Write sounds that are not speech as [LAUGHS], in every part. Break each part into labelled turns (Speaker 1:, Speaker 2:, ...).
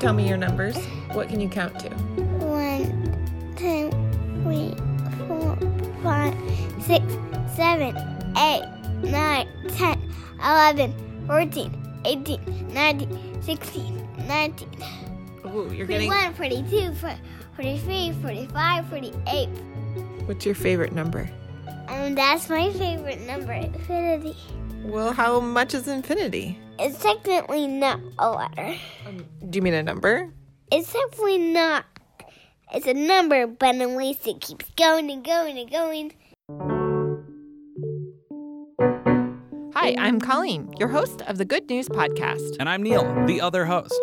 Speaker 1: Tell me your numbers. What can you count to?
Speaker 2: One, two, three, four, five, six, seven, eight, nine, ten, eleven, fourteen, eighteen, nineteen, sixteen, nineteen.
Speaker 1: Ooh, you're getting.
Speaker 2: 41, 42, 43, 45, 48.
Speaker 1: What's your favorite number?
Speaker 2: Um, that's my favorite number, infinity.
Speaker 1: Well, how much is infinity?
Speaker 2: It's technically not a letter.
Speaker 1: Do you mean a number?
Speaker 2: It's definitely not. It's a number, but at least it keeps going and going and going.
Speaker 1: Hi, I'm Colleen, your host of the Good News Podcast.
Speaker 3: And I'm Neil, the other host.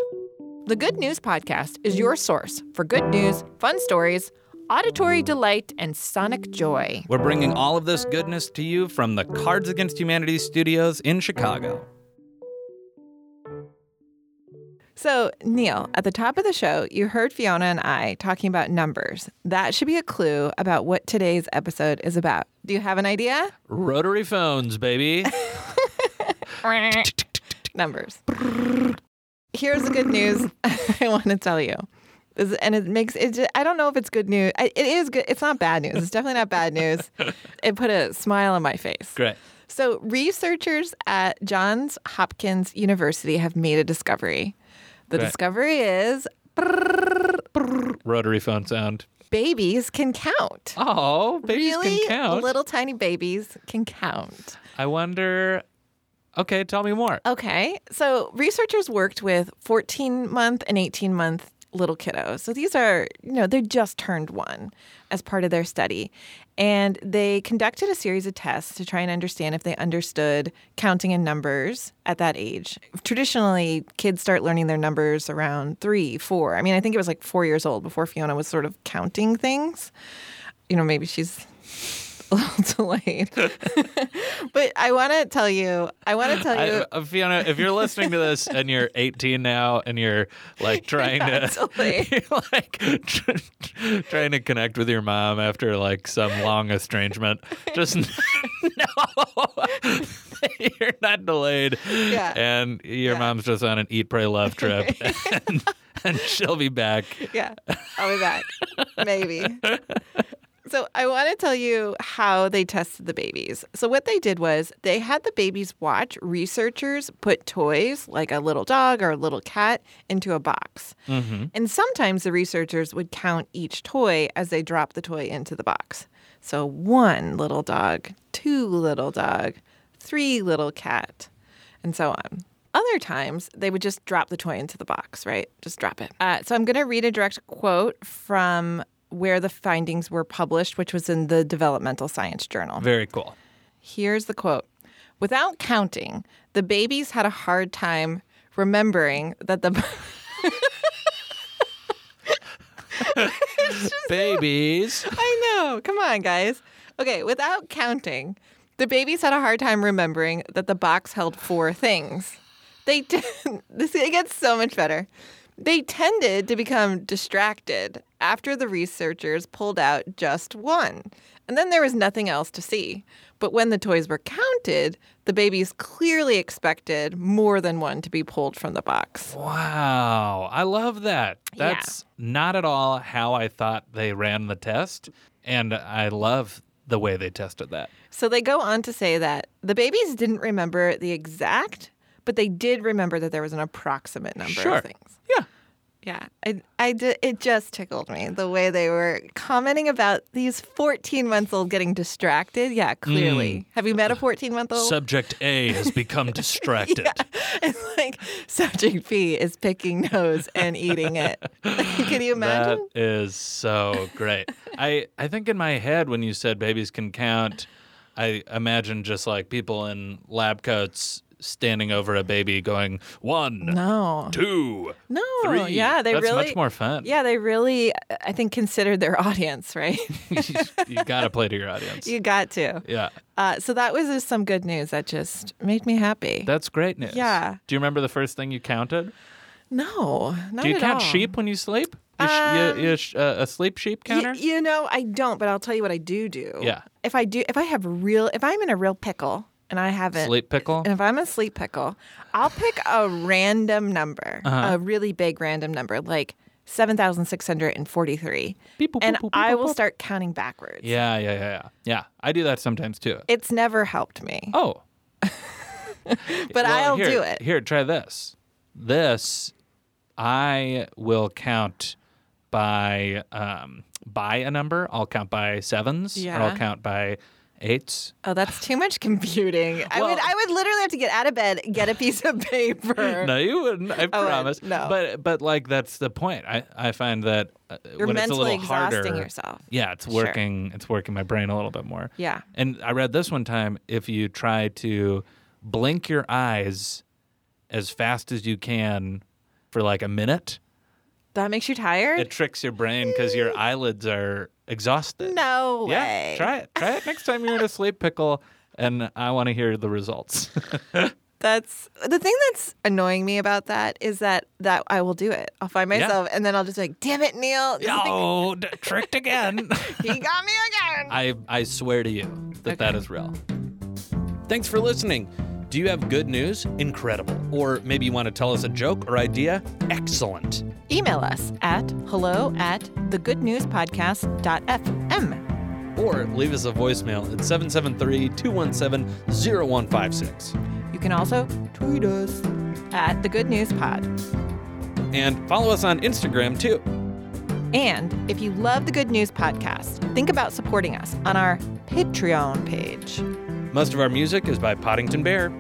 Speaker 1: The Good News Podcast is your source for good news, fun stories, auditory delight, and sonic joy.
Speaker 3: We're bringing all of this goodness to you from the Cards Against Humanity studios in Chicago.
Speaker 1: So, Neil, at the top of the show, you heard Fiona and I talking about numbers. That should be a clue about what today's episode is about. Do you have an idea?
Speaker 3: Rotary phones, [LAUGHS] baby.
Speaker 1: numbers. Here's the good news [LAUGHS] I want to tell you. This- And it makes it. ju- I don't know if it's good news. I- It is good. It's not bad news. It's definitely not bad news. It put a smile on my face.
Speaker 3: Great.
Speaker 1: So, researchers at Johns Hopkins University have made a discovery. The
Speaker 3: Right.
Speaker 1: discovery is
Speaker 3: Rotary phone sound.
Speaker 1: babies can count.
Speaker 3: Oh, babies
Speaker 1: really?
Speaker 3: can count.
Speaker 1: Little tiny babies can count.
Speaker 3: I wonder. Okay, tell me more.
Speaker 1: Okay. So, researchers worked with 14 month and 18 month little kiddos. So, these are, you know, they just turned one as part of their study. And they conducted a series of tests to try and understand if they understood counting in numbers at that age. Traditionally, kids start learning their numbers around three, four. I mean, I think it was like four years old before Fiona was sort of counting things. You know, maybe she's a little [LAUGHS] delayed. but I want to tell you, I want to tell you.
Speaker 3: I, uh, Fiona, if you're listening to this and you're 18 now and you're like trying to,
Speaker 1: Totally.
Speaker 3: [LAUGHS] you're like tr- tr- trying to connect with your mom after like some long estrangement, just [LAUGHS] know that you're not delayed,
Speaker 1: Yeah.
Speaker 3: and your mom's just on an eat, pray,
Speaker 1: [LAUGHS]
Speaker 3: love trip, [LAUGHS] and, and she'll be back.
Speaker 1: Yeah, I'll be back. Maybe. So I want to tell you how they tested the babies. So what they did was they had the babies watch researchers put toys like a little dog or a little cat into a box. And sometimes the researchers would count each toy as they dropped the toy into the box. So one little dog, two little dog, three little cat, and so on. Other times, they would just drop the toy into the box, right? Just drop it. Uh, so I'm going to read a direct quote from where the findings were published, which was in the Developmental Science Journal.
Speaker 3: Very cool.
Speaker 1: Here's the quote Without counting, the babies had a hard time remembering that the. [LAUGHS]
Speaker 3: Babies,
Speaker 1: [LAUGHS] I know. Come on, guys. Okay, without counting, the babies had a hard time remembering that the box held four things. They [LAUGHS] t- this it gets so much better. They tended to become distracted after the researchers pulled out just one. And then there was nothing else to see. But when the toys were counted, the babies clearly expected more than one to be pulled from the box.
Speaker 3: Wow, I love that.
Speaker 1: Yeah.
Speaker 3: That's not at all how I thought they ran the test, and I love the way they tested that.
Speaker 1: So they go on to say that the babies didn't remember the exact, but they did remember that there was an approximate number
Speaker 3: Sure.
Speaker 1: of things.
Speaker 3: Yeah.
Speaker 1: Yeah, I, I di- it just tickled me the way they were commenting about these 14 months old getting distracted. Yeah, clearly.
Speaker 3: Mm.
Speaker 1: Have you met a 14 month old?
Speaker 3: Subject A has become distracted.
Speaker 1: [LAUGHS] it's like subject B is picking nose and eating it. [LAUGHS] Can you
Speaker 3: That
Speaker 1: imagine?
Speaker 3: is so great. I I think in my head when you said babies can count, I imagine just like people in lab coats standing over a baby going one,
Speaker 1: no.
Speaker 3: two,
Speaker 1: [LAUGHS]
Speaker 3: [LAUGHS]
Speaker 1: No.
Speaker 3: three."
Speaker 1: Yeah, they
Speaker 3: That's
Speaker 1: really
Speaker 3: much more fun.
Speaker 1: Yeah, they really I think considered their [LAUGHS] audience,
Speaker 3: [LAUGHS]
Speaker 1: right?
Speaker 3: you gotta play to your audience.
Speaker 1: you got to.
Speaker 3: yeah.
Speaker 1: Uh, so that was just some good news that just made me happy.
Speaker 3: That's great news.
Speaker 1: Yeah.
Speaker 3: Do you remember the first thing you counted?
Speaker 1: no, not
Speaker 3: Do you
Speaker 1: at
Speaker 3: count
Speaker 1: all. Um,
Speaker 3: sheep when you sleep? You sh- you, you sh- uh, a sleep sheep
Speaker 1: Y-
Speaker 3: counter?
Speaker 1: you know, I don't, but I'll tell you what I do do.
Speaker 3: Yeah.
Speaker 1: If I do, if I have real, if I'm in a real pickle and I haven't.
Speaker 3: Sleep pickle?
Speaker 1: And if I'm a sleep pickle, I'll pick a random number,
Speaker 3: Uh-huh.
Speaker 1: a really big random number, like 7,643.
Speaker 3: Beep, boop,
Speaker 1: And
Speaker 3: boop, boop,
Speaker 1: I
Speaker 3: boop,
Speaker 1: will
Speaker 3: boop.
Speaker 1: start counting backwards.
Speaker 3: Yeah, yeah, yeah, yeah. Yeah, I do that sometimes too.
Speaker 1: It's never helped me,
Speaker 3: Oh,
Speaker 1: but
Speaker 3: well,
Speaker 1: I'll
Speaker 3: here-
Speaker 1: do it.
Speaker 3: Here, try this. This, I will count by um, by a number. I'll count by sevens, or
Speaker 1: Yeah.
Speaker 3: I'll count by eights.
Speaker 1: Oh, that's too much computing. I
Speaker 3: Well-
Speaker 1: would I would literally have to get out of bed, get a piece of [LAUGHS] paper.
Speaker 3: No, you wouldn't.
Speaker 1: [LAUGHS]
Speaker 3: I
Speaker 1: I-
Speaker 3: promise.
Speaker 1: Oh, no.
Speaker 3: But but like that's the point. I I find that uh,
Speaker 1: You're
Speaker 3: when it's a
Speaker 1: mentally
Speaker 3: little harder,
Speaker 1: exhausting yourself.
Speaker 3: Yeah, it's
Speaker 1: Sure.
Speaker 3: working. It's working my brain a little bit more.
Speaker 1: Yeah.
Speaker 3: And I read this one time if you try to blink your eyes as fast as you can for like a minute,
Speaker 1: That makes you tired?
Speaker 3: it tricks your brain because
Speaker 1: [LAUGHS]
Speaker 3: your eyelids are exhausted.
Speaker 1: no
Speaker 3: yeah,
Speaker 1: way.
Speaker 3: try it. Try it next time you're
Speaker 1: [LAUGHS]
Speaker 3: in a sleep pickle, and I want to hear the results.
Speaker 1: That's the thing that's annoying me about that is that that I will do it. I'll find
Speaker 3: Yeah.
Speaker 1: myself and then I'll just be like, damn it, Neil. [LAUGHS] This thing-
Speaker 3: oh, d- tricked [LAUGHS] again.
Speaker 1: He got me again.
Speaker 3: I I swear to you that
Speaker 1: Okay.
Speaker 3: that is real. Thanks for listening. Do you have good news? Incredible. Or maybe you want to tell us a joke or idea? Excellent.
Speaker 1: Email us at hello at thegoodnewspodcast.fm.
Speaker 3: Or leave us a voicemail at 773 217 0156.
Speaker 1: You can also tweet us at the Good News Pod.
Speaker 3: And follow us on Instagram too.
Speaker 1: And if you love the Good News Podcast, think about supporting us on our Patreon page.
Speaker 3: Most of our music is by Poddington Bear.